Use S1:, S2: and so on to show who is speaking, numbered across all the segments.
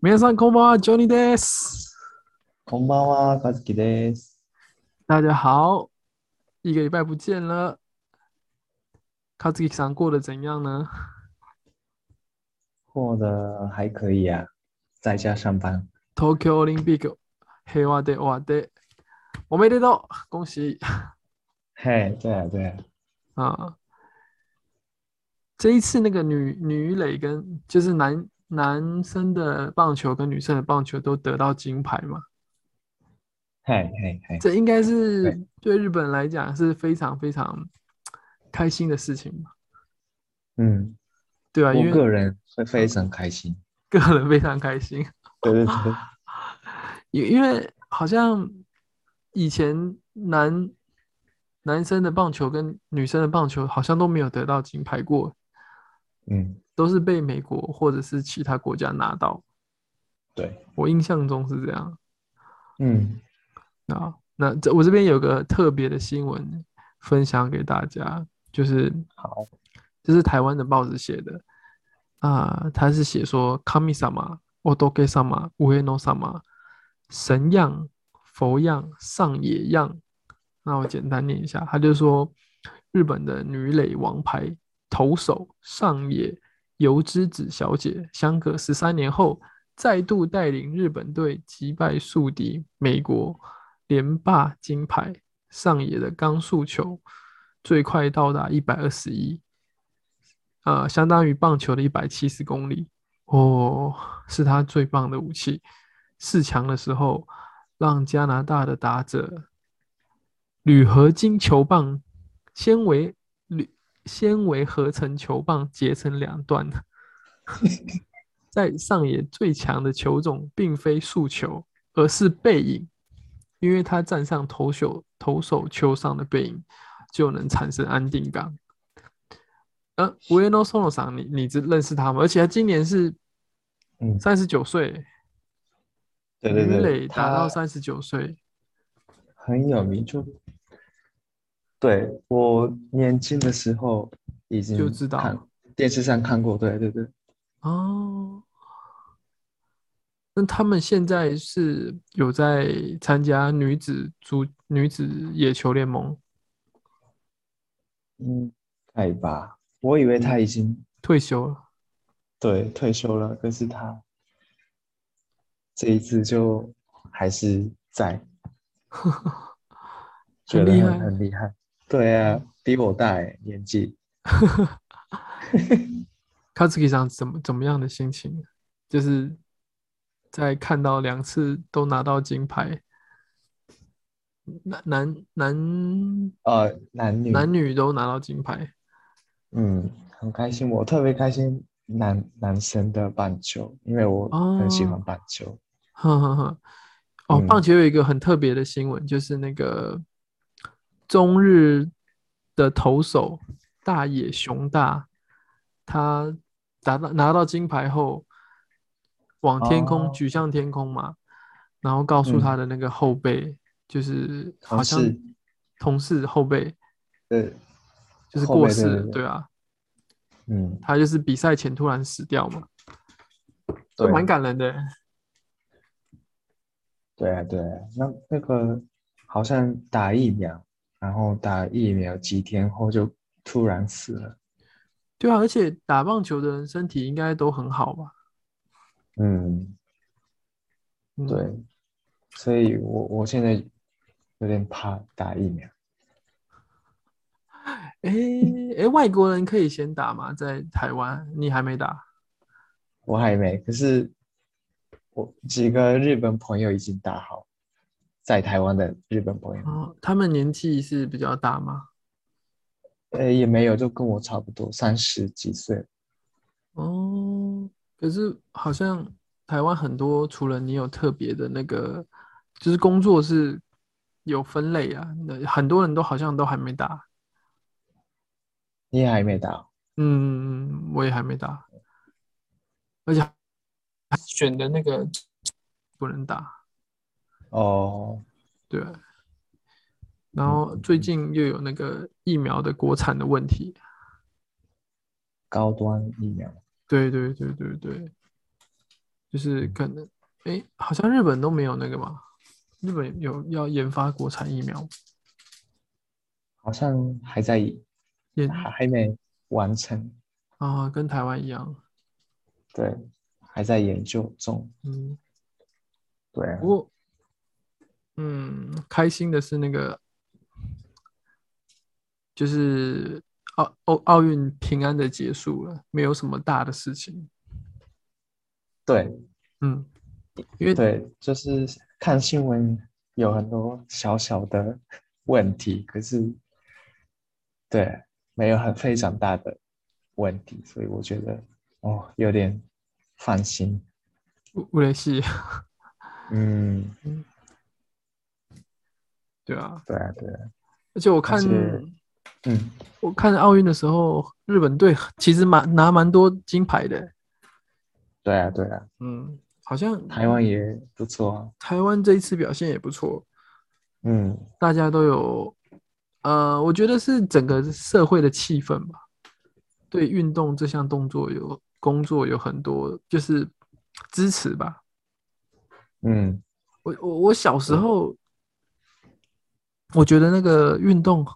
S1: 皆さんこんばんは、ジョニーです。
S2: こんばんは、和樹です。
S1: 大家好，一个礼拜不见了。卡兹基桑过得怎样呢？
S2: 过得还可以啊，在家上班。
S1: 東京オリンピック平和で終わって、おめでとう，恭喜
S2: 嘿，对啊，对啊，
S1: 啊！这一次那个女女垒跟就是男男生的棒球跟女生的棒球都得到金牌嘛，
S2: 嘿嘿嘿，
S1: 这应该是对日本来讲是非常非常开心的事情嘛，
S2: 嗯，
S1: 对啊吧、因
S2: 我
S1: 为
S2: 个人会非常开心。
S1: 个人非常开心。
S2: 对对对，
S1: 因因为好像以前男男生的棒球跟女生的棒球好像都没有得到金牌过，
S2: 嗯，
S1: 都是被美国或者是其他国家拿到。
S2: 对，
S1: 我印象中是这样
S2: 嗯，
S1: 啊。那这我这边有个特别的新闻分享给大家，就是
S2: 好，
S1: 这是台湾的报纸写的啊，他是写说神様、仏様、上の様、神样、佛样、上野样。那我简单念一下，他就说日本的女垒王牌投手上野由之子小姐，相隔十三年后再度带领日本队击败宿敌美国，连霸金牌。上野的钢速球最快到达一百二十一，呃，相当于棒球的一百七十公里哦，是他最棒的武器。四强的时候，让加拿大的打者铝合金球棒 纤维铝纤维合成球棒截成两段。在上野最强的球种并非速球，而是背影，因为他站上投手投手球上的背影，就能产生安定感。呃，维耶诺松罗桑，你你知认识他吗？而且他今年是
S2: 嗯
S1: 三十九岁，
S2: 对对
S1: 女
S2: 对，
S1: 垒打到
S2: 他
S1: 三十九岁，
S2: 很有名，就对我年轻的时候已经
S1: 就知道
S2: 看电视上看过，对对对，
S1: 哦，那他们现在是有在参加女子足女子野球联盟
S2: 嗯，太吧，我以为他已经
S1: 退休了。
S2: 对，退休了，可是他这一次就还是 在，觉
S1: 很
S2: 得
S1: 厉害
S2: 很很厉害。对啊，比我大欸，年纪。
S1: 卡兹基上怎么怎么样的心情？就是在看到两次都拿到金牌，男男男
S2: 呃，男女，
S1: 男女都拿到金牌，
S2: 嗯，很开心，我特别开心男男生的棒球，因为我很喜欢
S1: 哦
S2: 棒球。
S1: 呵呵呵。 哦，棒
S2: 嗯
S1: 球有一个很特别的新闻，就是那个中日的投手大野熊大，他拿到拿到金牌后，往天空
S2: 哦
S1: 举向天空嘛，然后告诉
S2: 嗯
S1: 他的那个后辈，就是好
S2: 同
S1: 像
S2: 事
S1: 同事后辈
S2: 对，
S1: 就是
S2: 后
S1: 过
S2: 辈对
S1: 世
S2: 对
S1: 了，
S2: 对
S1: 对啊，
S2: 嗯，
S1: 他就是比赛前突然死掉嘛，就
S2: 对，
S1: 蛮感人的。
S2: 对啊，对啊，那那个好像打疫苗，然后打疫苗几天后就突然死了。
S1: 对啊，而且打棒球的人身体应该都很好吧？
S2: 嗯，
S1: 嗯
S2: 对，所以我我现在有点怕打疫苗。
S1: 诶诶，外国人可以先打吗？在台湾，你还没打？
S2: 我还没，可是我几个日本朋友已经打好，在台湾的日本朋友，
S1: 哦，他们年纪是比较大吗？
S2: 呃，也没有，就跟我差不多，三十几岁。
S1: 哦，可是好像台湾很多，除了你有特别的那个，就是工作是有分类啊，那很多人都好像都还没打。
S2: 你也还没打？
S1: 嗯，我也还没打，而且选的那个不能打，
S2: 哦，
S1: 对。啊然后
S2: 嗯
S1: 最
S2: 嗯
S1: 近又有那个疫苗的国产的问题。
S2: 高端疫苗。
S1: 对对对对对，就是可能，哎，好像日本都没有那个嘛，日本有要研发国产疫苗，
S2: 好像还在
S1: 研
S2: 还还没完成，
S1: 啊，跟台湾一样，
S2: 对，还在研究中，
S1: 嗯，
S2: 对啊
S1: 不过，嗯，开心的是那个，就是奥奥奥运平安的结束了，没有什么大的事情，
S2: 对
S1: 嗯，因为
S2: 对，就是看新闻有很多小小的问题，可是对没有很非常大的问题，所以我觉得哦有点放心，
S1: 乌乌雷系，
S2: 嗯，
S1: 对啊，
S2: 对啊对啊，
S1: 而且我看
S2: 且嗯，
S1: 我看奥运的时候，日本队 其实蛮拿蛮多金牌的，
S2: 对啊对啊，
S1: 嗯，好像
S2: 台湾也不错啊，
S1: 台湾这一次表现也不错，
S2: 嗯，
S1: 大家都有，呃，我觉得是整个社会的气氛吧，对运动这项动作有工作有很多就是支持吧。
S2: 嗯，
S1: 我我我小时候，我觉得那个运动，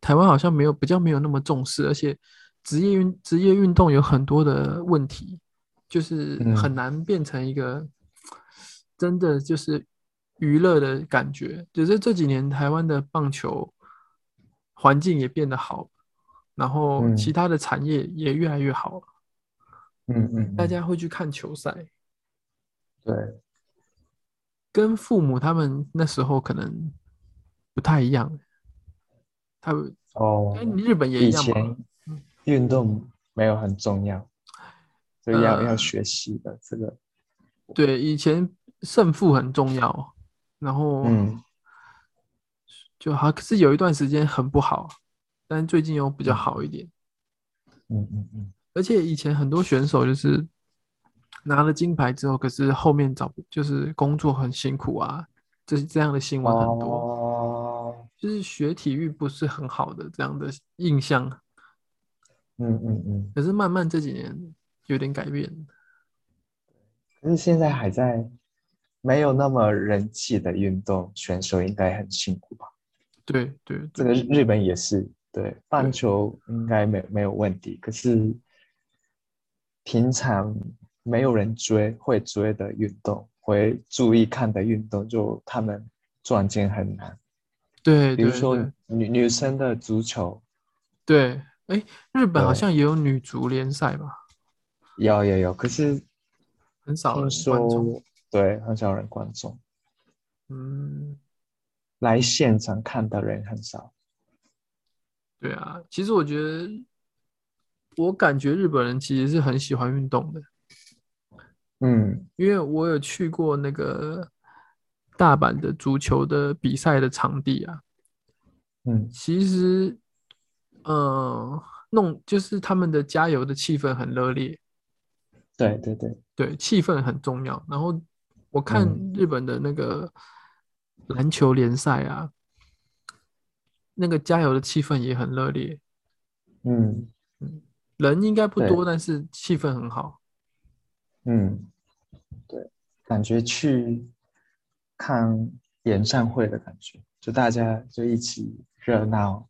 S1: 台湾好像没有比较没有那么重视，而且职业运职业运动有很多的问题，就是
S2: 嗯
S1: 很难变成一个真的就是娱乐的感觉。只是这几年台湾的棒球环境也变得好，然后
S2: 嗯
S1: 其他的产业也越来越好，
S2: 嗯嗯，
S1: 大
S2: 嗯
S1: 家会去看球赛。
S2: 对，
S1: 跟父母他们那时候可能不太一样，他们
S2: 哦，
S1: 跟日本也一
S2: 以
S1: 样嗯吧
S2: 前？运动没有很重要，所以要、
S1: 呃
S2: 要学习的这个，
S1: 对，以前胜负很重要，然后
S2: 嗯
S1: 就好，可是有一段时间很不好，但最近又比较好一点。
S2: 嗯嗯嗯，
S1: 而且以前很多选手就是拿了金牌之后，可是后面找不就是工作很辛苦啊，这这样的新闻很多。
S2: 哦，
S1: 就是学体育不是很好的这样的印象，
S2: 嗯嗯嗯，
S1: 可是慢慢这几年有点改变。
S2: 可是现在还在没有那么人气的运动选手应该很辛苦吧？
S1: 对对
S2: 这
S1: 对，
S2: 个日日本也是，对，棒球应
S1: 嗯
S2: 该没没有问题，可是平常没有人追会追的运动，会注意看的运动，就他们赚钱很难。
S1: 对
S2: 比如
S1: 对
S2: 说
S1: 对
S2: 女女生的足球，
S1: 对，哎，日本好
S2: 对
S1: 像也有女足联赛吧，
S2: 有有有，可是
S1: 很少人
S2: 听
S1: 关注。
S2: 说对很少人观众，
S1: 嗯，
S2: 来现场看的人很少。
S1: 对啊，其实我觉得，我感觉日本人其实是很喜欢运动的，
S2: 嗯
S1: 因为我有去过那个大阪的足球的比赛的场地啊，
S2: 嗯
S1: 其实，呃，弄就是他们的加油的气氛很热烈，
S2: 对对对，
S1: 对，气氛很重要。然后我看
S2: 嗯
S1: 日本的那个篮球联赛啊，那个加油的气氛也很热烈，
S2: 嗯
S1: 人应该不
S2: 对
S1: 多，但是气氛很好。
S2: 嗯，对，感觉去看演唱会的感觉，就大家就一起热闹，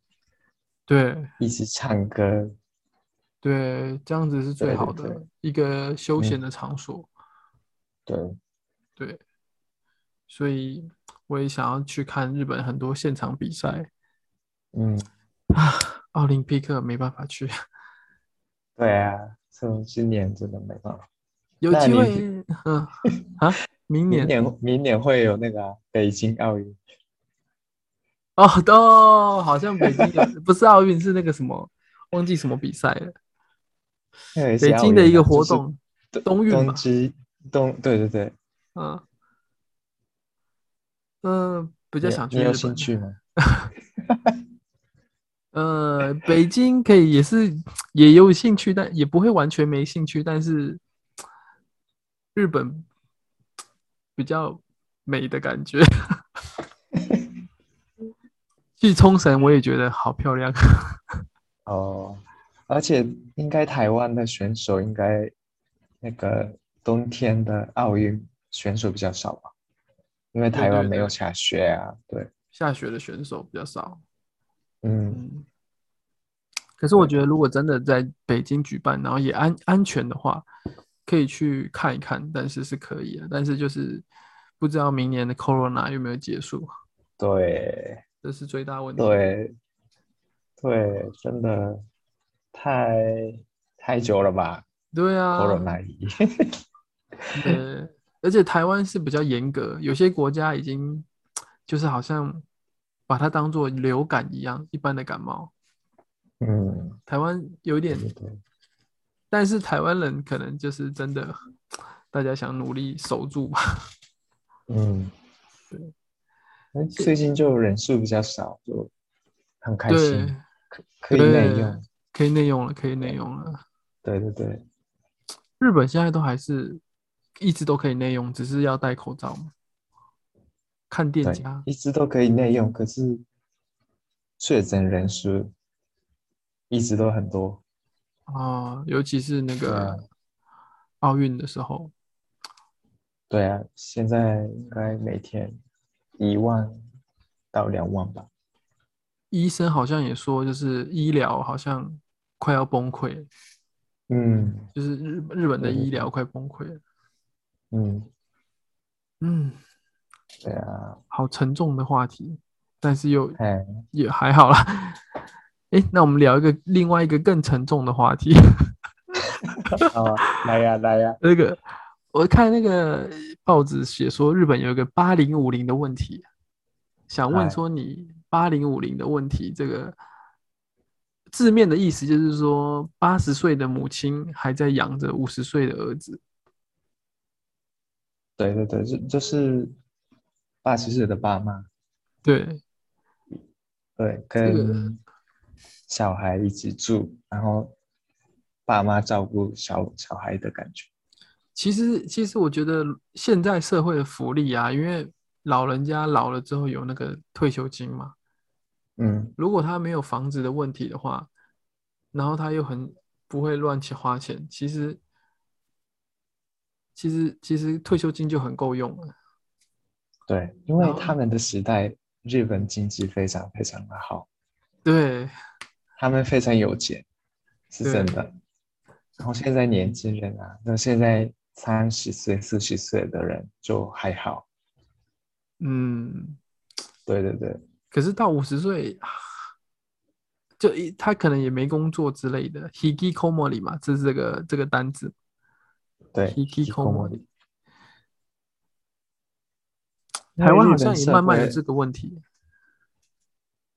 S1: 对
S2: 一起唱歌。
S1: 对，这样子是最
S2: 对对
S1: 好的
S2: 对
S1: 一个休
S2: 嗯
S1: 闲的场所。
S2: 对，
S1: 对，所以我也想要去看日本很多现场比赛。啊
S2: 嗯，
S1: 奥林匹克没办法去，
S2: 对啊，就今年真的没办法。
S1: 有
S2: 那
S1: 机
S2: 你
S1: 会， 嗯啊，明
S2: 明
S1: 年
S2: 年明年会有那个啊北京奥运。
S1: 哦，都好像北京有， 不是奥运，是那个什么，忘记什么比赛了。
S2: 北
S1: 北京的一个活，动，
S2: 啊就是
S1: 冬运吧
S2: 冬之冬，对对对，
S1: 嗯嗯，比
S2: 比
S1: 较想去
S2: 你
S1: 日
S2: 有兴
S1: 本。
S2: 趣吗？
S1: 呃，北京可以也是也有兴趣，但也不会完全没兴趣。但是日本比较美的感 觉，去冲绳我也觉得好漂亮。
S2: 哦，而且应该台湾的选手应该那个冬天的奥运选手比较少吧，因为台湾没有下雪啊。对，
S1: 下雪的选手比较少。
S2: 嗯，
S1: 嗯，可是我觉得如果真的在北京举办，然后也安安全的话，可以去看一看，但是是可以的，但是就是不知道明年的 corona 有没有结束，
S2: 对。
S1: 这是最大问题。
S2: 对，对，真的太太久了吧
S1: 对啊，
S2: ？Corona 一，
S1: 对，而且台湾是比较严格，有些国家已经就是好像把它当做流感一样，一般的感冒。
S2: 嗯，
S1: 台湾有点
S2: 对，对对，
S1: 但是台湾人可能就是真的，大家想努力守住吧。
S2: 嗯，
S1: 对
S2: 哎最近就人数比较少，就很开心，
S1: 对，
S2: 可可以内
S1: 对
S2: 用，
S1: 可以内用了，可以内用了。
S2: 对对对，
S1: 日本现在都还是一直都可以内用，只是要戴口罩嘛。看店
S2: 对
S1: 家，
S2: 一直都可以内用，可是确诊人数一直都很多，
S1: 哦，尤其是那
S2: 对啊
S1: 个奥运的时候，
S2: 对啊，现在应该每天一万到两万吧，
S1: 医生好像也说，就是医疗好像快要崩溃，
S2: 嗯
S1: 就是日日本的
S2: 对对
S1: 医疗快崩溃了。
S2: 嗯。
S1: 嗯，
S2: 对啊，
S1: 好沉重的话题，但是又
S2: 哎，
S1: 也还好啦。 诶，那我们聊一个另外一个更沉重的话题。
S2: 好啊，来呀、来呀、
S1: 那个，我看那个报纸写说，日本有一个八零五零的问题，想问
S2: 嗨
S1: 说你八零五零的问题，这个字面的意思就是说，八十岁的母亲还在养着五十岁的儿子。
S2: 对对对，就就是八十岁的爸妈，
S1: 对
S2: 对，
S1: 个
S2: 跟小孩一起住，然后爸妈照顾小小孩的感觉。
S1: 其实，其实我觉得现在社会的福利啊，因为老人家老了之后有那个退休金嘛，
S2: 嗯，
S1: 如果他没有房子的问题的话，然后他又很不会乱去花钱，其实其实其实退休金就很够用了。
S2: 对，因为
S1: 然后
S2: 他们的时代，日本经济非常非常的好，
S1: 对
S2: 他们非常有钱，是
S1: 对
S2: 真的。然后现在年轻人啊，那现在三十岁、四十岁的人就还好。
S1: 嗯，
S2: 对对对，
S1: 可是到五十岁，啊就一他可能也没工作之类的，hikikomori 嘛，这是这个这个单字
S2: 对，
S1: ，hikikomori。
S2: 因为
S1: 台湾好
S2: 日本
S1: 像也啊
S2: 社
S1: 慢慢有
S2: 会
S1: 这个问题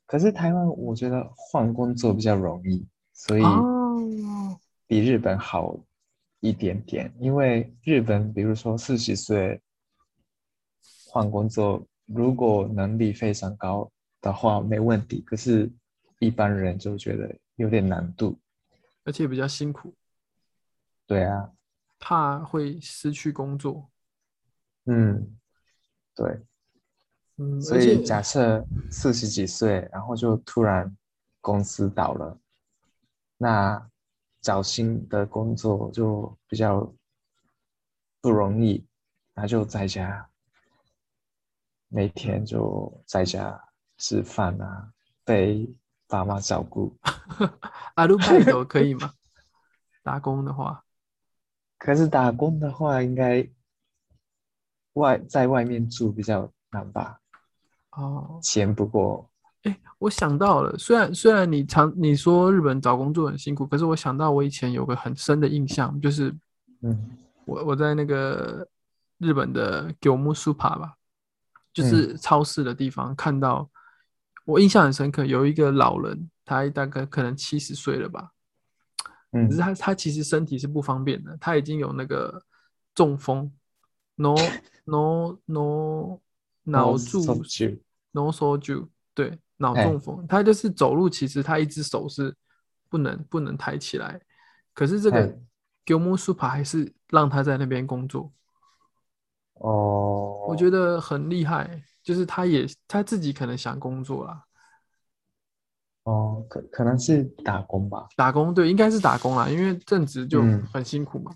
S2: 可是台湾我觉得换工作比较容易，所以
S1: 哦，
S2: 比日本好一点点。因为日本，比如说四十岁换工作，如果能力非常高的话没问题，可是一般人就觉得有点难度。
S1: 而且比较辛苦，
S2: 对啊，
S1: 怕会失去工作。
S2: 嗯，对，
S1: 嗯，
S2: 所
S1: 而且
S2: 以假设四十几岁，然后就突然公司倒了，那找新的工作就比较不容易，那就在家，每天就在家吃饭啊，被爸妈照顾。
S1: アルバイト可以 吗？打工的话，
S2: 可是打工的话，应该外在外面住比较难吧，
S1: 哦，
S2: 钱不够。
S1: 哎，我想到了，虽然虽然你常你说日本找工作很辛苦，可是我想到我以前有个很深的印象，就是
S2: 嗯
S1: 我我在那个日本的 Gyomu Super 吧，
S2: 嗯
S1: 就是超市的地方看到，我印象很深刻，有一个老人，他大概可能七十岁了吧，
S2: 嗯
S1: 可是他他其实身体是不方便的，他已经有那个中风，no no no 脑
S2: 然
S1: 柱
S2: 后就
S1: no s o j u 对脑
S2: 哎
S1: 中风，他就是走路其实他一只手是不能不能抬起来，可是这个
S2: 哎
S1: Gilmo Super 还是让他在那边工作，
S2: 哦，
S1: 我觉得很厉害，就是他也他自己可能想工作啦，
S2: 哦，可可能是打工吧。
S1: 打工对应该是打工啦，因为正职就
S2: 嗯
S1: 很辛苦嘛。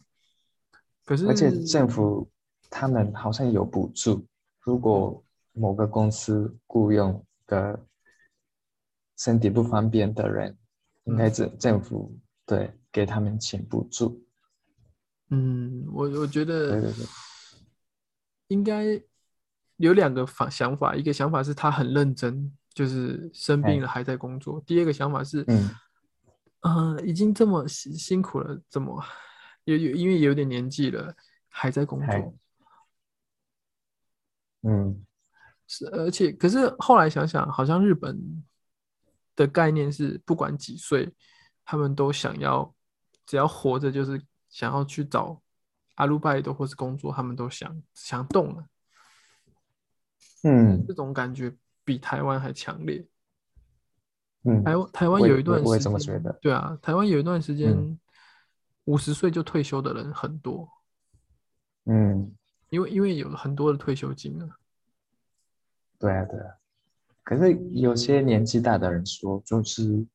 S1: 可是
S2: 而且政府他们好像有补助，如果某个公司雇佣个身体不方便的人，应该政政府对给他们请补助。
S1: 嗯，我我觉
S2: 对
S1: 得
S2: 对对，
S1: 应该有两个法想法，一个想法是他很认真，就是生病
S2: 哎
S1: 了还在工作；第二个想法是，
S2: 嗯，
S1: 嗯、已经这么辛辛苦了，怎么有有因为有点年纪了还在工
S2: 还
S1: 作？
S2: 嗯，
S1: 是，而且可是后来想想，好像日本的概念是不管几岁，他们都想要只要活着，就是想要去找阿鲁拜托或是工作，他们都想想动了。
S2: 嗯
S1: 这种感觉比台湾还强烈。
S2: 嗯，
S1: 台湾台湾
S2: 我也
S1: 有一段时间，
S2: 我也这么觉得
S1: 对啊，台湾有一段时间
S2: 嗯，
S1: 五十岁就退休的人很多，
S2: 嗯，
S1: 因为因为有很多的退休金啊。
S2: 对啊对啊。可是有些年纪大的人说，就是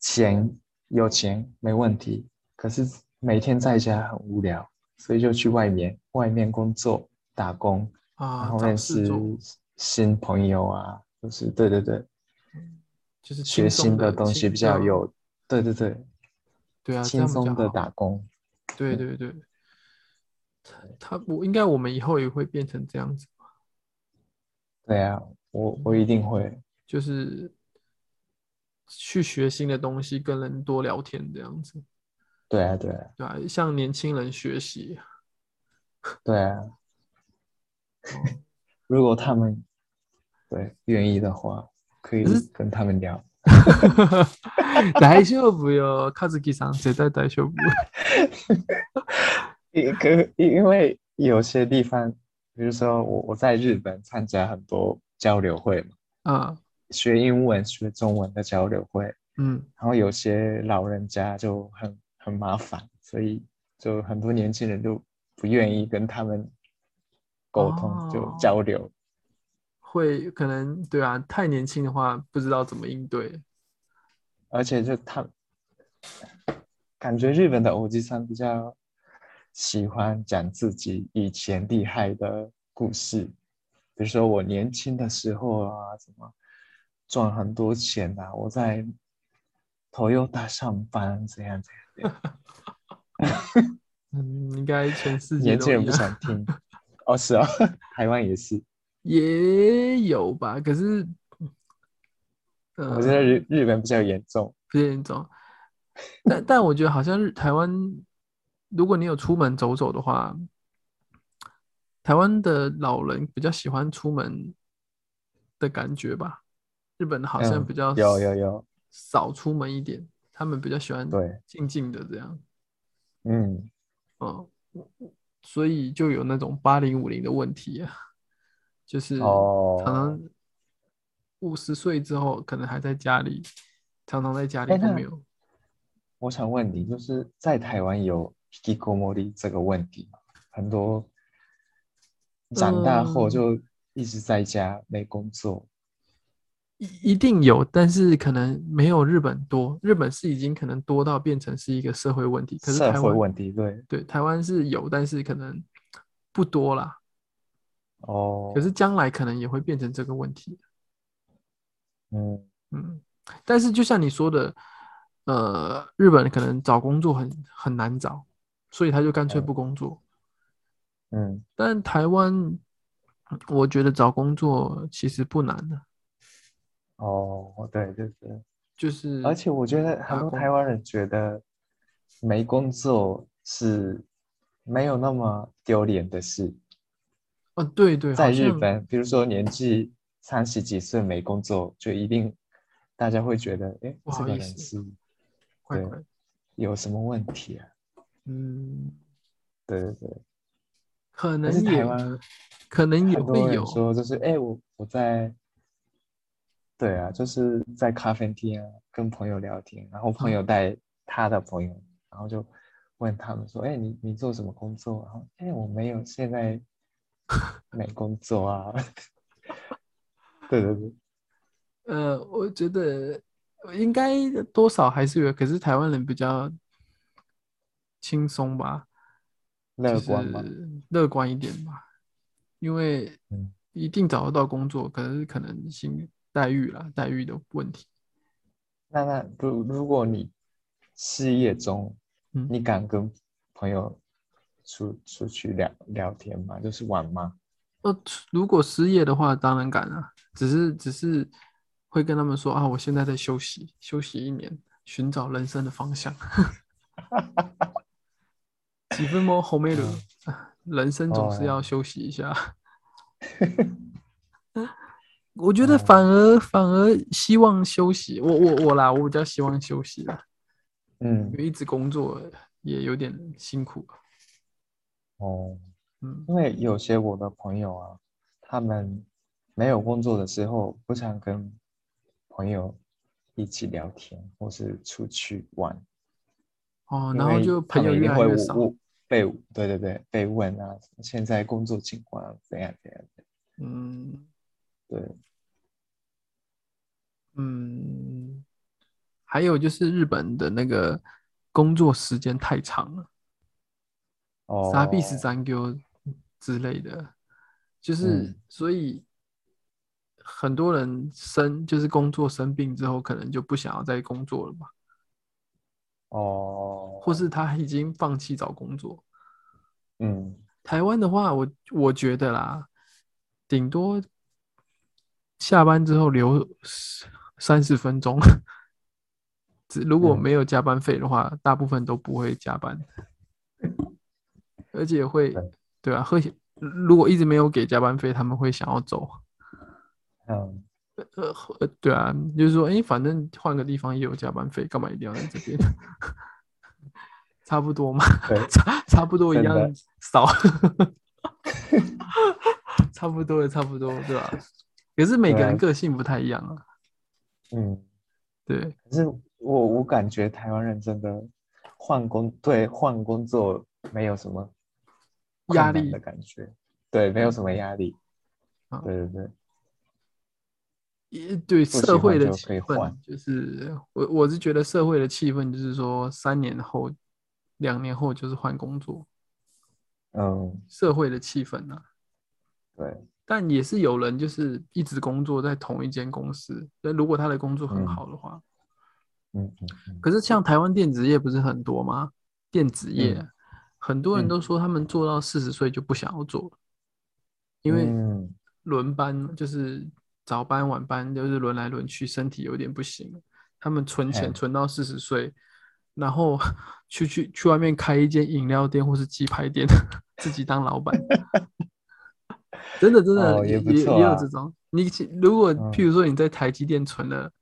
S2: 钱有钱没问题，可是每天在家很无聊，所以就去外面外面工作打工，然
S1: 啊，
S2: 后
S1: 找
S2: 认
S1: 事
S2: 识
S1: 做
S2: 新朋友啊，就是对对对，
S1: 就是轻
S2: 学
S1: 松
S2: 新
S1: 的
S2: 的东
S1: 轻
S2: 西比较
S1: 对啊
S2: 有，对对对，
S1: 对啊，这
S2: 轻
S1: 样比较
S2: 松的
S1: 好
S2: 打工，嗯
S1: 对对对，他他我应该我们以后也会变成这样子，
S2: 对啊，我我一定会，
S1: 就是去学新的东西，跟人多聊天这样子，
S2: 对啊对啊
S1: 对啊，向年轻人学习。
S2: 对 啊，如果他们对愿意的话，可以
S1: 可是
S2: 跟他们聊。
S1: 大丈夫よ、和樹さん絶対大丈夫。
S2: 因可因因为有些地方，比如说我我在日本参加很多交流会嘛，
S1: 啊，
S2: 学英文、学中文的交流会，
S1: 嗯
S2: 然后有些老人家就很很麻烦，所以就很多年轻人都不愿意跟他们沟通，就
S1: 哦
S2: 交流。
S1: 会可能对啊，太年轻的话不知道怎么应对。
S2: 而且就他感觉日本的欧吉桑比较喜欢讲自己以前厉害的故事，比如说我年轻的时候啊，什么赚很多钱啊，我在 Toyota 上班，怎样怎样怎 样，
S1: 嗯，应该全世界
S2: 年
S1: 都
S2: 轻人
S1: 一
S2: 不
S1: 样，
S2: 想听。哦，是啊，台湾也是。
S1: 也有吧。可是，呃
S2: 我觉，得日日本比较严重。
S1: 不是那种，但但我觉得好像是台湾，如果你有出门走走的话，台湾的老人比较喜欢出门的感觉吧。日本好像
S2: 嗯
S1: 比较
S2: 有有有，
S1: 少出门一点，他们比较喜欢
S2: 对，
S1: 静静的这样，
S2: 嗯，
S1: 嗯，所以就有那种八零五零的问题啊，就是
S2: 哦
S1: 常，常五十岁之后可能还在家里，常常在家里
S2: 哎
S1: 都
S2: 那
S1: 没有。
S2: 我想问你，就是在台湾有 h i k i m o r i 这个问题吗？很多长大后
S1: 嗯
S2: 就一直在家没工作，
S1: 一一定有，但是可能没有日本多。日本是已经可能多到变成是一个社会问题，可是
S2: 社
S1: 台
S2: 会
S1: 湾
S2: 问题，对，
S1: 对台湾是有，但是可能不多啦。
S2: 哦，
S1: 可是将来可能也会变成这个问题。
S2: 嗯，
S1: 嗯，但是就像你说的，呃，日本可能找工作很很难找，所以他就干脆
S2: 嗯
S1: 不工作。
S2: 嗯
S1: 但台湾，我觉得找工作其实不难的，
S2: 哦，对对对，
S1: 就是
S2: 而且我觉得
S1: 打
S2: 很多
S1: 工
S2: 台湾人觉得没工作是没有那么丢脸的事，
S1: 啊，对对，好
S2: 在日
S1: 像
S2: 本，比如说年纪三十几岁没工作，就一定大家会觉得，哎，
S1: 不
S2: 这
S1: 好
S2: 个
S1: 意
S2: 人
S1: 思
S2: 是。
S1: 怪
S2: 对
S1: 怪的，
S2: 有什么问题啊？
S1: 嗯。
S2: 对对对，
S1: 可
S2: 但
S1: 能
S2: 是台
S1: 也
S2: 湾
S1: 可能也
S2: 很
S1: 会
S2: 多人
S1: 有，
S2: 说就是，哎、我我在，对啊，就是在咖啡厅啊，跟朋友聊天，然后朋
S1: 嗯
S2: 友带他的朋友，然后就问他们说，哎、你你做什么工作？然后，哎、我没有，现在没工作啊。 对对对，
S1: 呃，我觉得应该多少还是有，可是台湾人比较轻松吧，
S2: 乐
S1: 就
S2: 观嘛，
S1: 是乐观一点吧，因为
S2: 嗯
S1: 一定找得到工作，可是可能薪待遇啦，待遇的问题。
S2: 那那如如果你事业中，
S1: 嗯
S2: 你敢跟朋友出出去聊聊天吗？就是玩吗？
S1: 那哦如果失业的话，当然敢啊，只是只是会跟他们说啊，我现在在休息，休息一年，寻找人生的方向。几分钟红梅轮，人生总是
S2: 嗯哦
S1: 要休息一 下。我觉得反
S2: 哦
S1: 而反而希望休息，我我我啦，我比较希望休息啦，
S2: 嗯
S1: 因，为一直工作也有点辛苦。啊
S2: 哦，
S1: 嗯
S2: 因为有些我的朋友啊，他们没有工作的时候，不常跟朋友一起聊天，或是出去玩，
S1: 哦，
S2: 因
S1: 然后
S2: 为
S1: 就
S2: 他
S1: 朋友
S2: 们一
S1: 越
S2: 定
S1: 来
S2: 会
S1: 越
S2: 我
S1: 少。
S2: 我被对对对被问啊，现在工作情况啊怎样怎样的，
S1: 嗯。
S2: 对，
S1: 嗯，还有就是日本的那个工作时间太长了，
S2: 哦，
S1: 傻逼十三 Q 之类的，就是、
S2: 嗯
S1: 所以很多人生就是工作生病之后，可能就不想要再工作了吧，
S2: 哦，
S1: 或是他已经放弃找工作。
S2: 嗯。
S1: 台湾的话，我我觉得啦，顶多下班之后留三十分钟， 只如果
S2: 嗯
S1: 没有加班费的话，大部分都不会加班，而且会
S2: 对
S1: 对啊，会如果一直没有给加班费，他们会想要走。
S2: 嗯，
S1: 呃，呃对啊，就是说，哎，反正换个地方也有加班费，干嘛一定要在这边？ 差不多嘛，
S2: 对
S1: 差差不多一
S2: 真的
S1: 样少， 差不多了，差不多，对吧、可是每个
S2: 对啊
S1: 人个性不太一样啊，
S2: 嗯，
S1: 对，
S2: 可是我我感觉台湾人真的换工对换工作没有什么困
S1: 压
S2: 难
S1: 力嗯
S2: 的感觉，对，没有什么压力
S1: 啊。
S2: 对对对，
S1: 也对
S2: 喜
S1: 社会
S2: 欢
S1: 的
S2: 就
S1: 气
S2: 可以
S1: 氛
S2: 换，
S1: 就是我我是觉得社会的气氛就是说，三年后、两年后就是换工作，
S2: 嗯，
S1: 社会的气氛啊。
S2: 对，
S1: 但也是有人就是一直工作在同一间公司，那如果他的工作很
S2: 嗯
S1: 好的话，
S2: 嗯嗯嗯，
S1: 可是像台湾电子业不是很多吗？电子业、
S2: 嗯
S1: 很多人
S2: 嗯
S1: 都说他们做到四十岁就不想要做了，因为
S2: 嗯
S1: 轮班就是早班晚班就是轮来轮去，身体有点不行了。他们存钱
S2: 嘿
S1: 存到四十岁，然后 去去去外面开一间饮料店或是鸡排店，自己当老 板。真的真的、
S2: 哦
S1: 也
S2: 也不
S1: 也
S2: 错
S1: 也有
S2: 啊
S1: 这种。你其如果
S2: 嗯
S1: 譬如说你在台积电存了，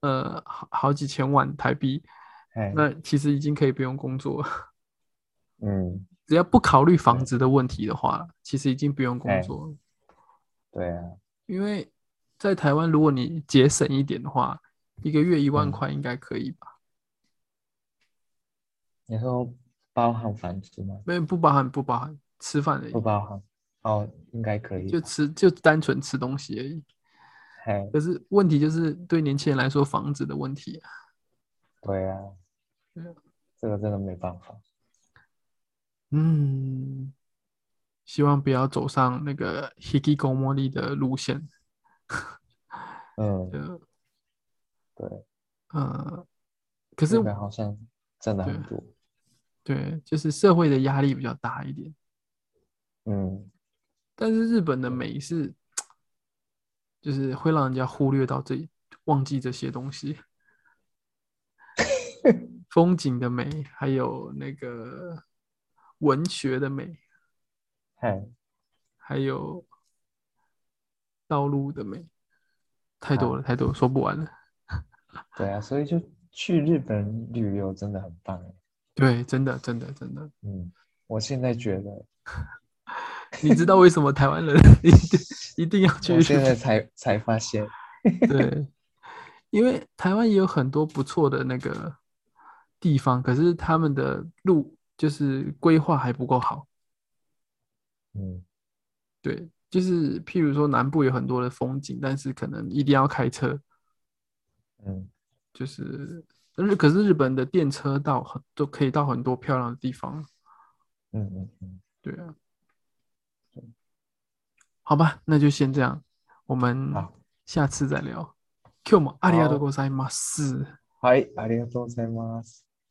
S1: 呃好好几千万台币，
S2: 嘿，
S1: 那其实已经可以不用工作了。
S2: 嗯，
S1: 只要不考虑房
S2: 对
S1: 子的问题的话，其实已经不用工
S2: 哎
S1: 作了。
S2: 对啊，
S1: 因为在台湾，如果你节省一点的话，一个月一万
S2: 嗯
S1: 块应该可以吧？
S2: 你说包含房租吗？
S1: 没有不包含不包含吃饭而
S2: 不
S1: 已，
S2: 包含，哦，应该可以
S1: 就
S2: 吧，
S1: 吃就单纯吃东西而已。
S2: 嘿，
S1: 可是问题就是对年轻人来说，房子的问题啊、
S2: 对啊
S1: 对啊，
S2: 这个真的没办法，
S1: 嗯，希望不要走上那个 Hiki g o m o r i 的路线。
S2: 嗯，
S1: 呃
S2: 对，
S1: 呃，可是
S2: 日本好像真的很
S1: 对啊
S2: 多，
S1: 对，就是社会的压力比较大一点。
S2: 嗯。
S1: 但是日本的美是，就是会让人家忽略到这，忘记这些东西，风景的美，还有那个文学的美，
S2: 嘿，
S1: 还有道路的美，太多了，太多了，说不完了。
S2: 对啊，所以就去日本旅游真的很棒欸。
S1: 对，真的，真的，真的，
S2: 嗯，我现在觉得，
S1: 你知道为什么台湾人 一定一定要去
S2: 我
S1: 日
S2: 哦现
S1: 本
S2: 在才才发现，
S1: 对，因为台湾也有很多不错的那个地方，可是他们的路就是规划还不够好。
S2: 嗯，
S1: 对，就是譬如说南部有很多的风景，但是可能一定要开车，
S2: 嗯，
S1: 就是但是可是日本的电车道很都可以到很多漂亮的地方，
S2: 嗯嗯嗯，
S1: 对啊，好吧，那就先这样，我们
S2: 好
S1: 下次再聊。今日もありがとう
S2: 好
S1: ございます。
S2: 哎はい、ありがとうございます。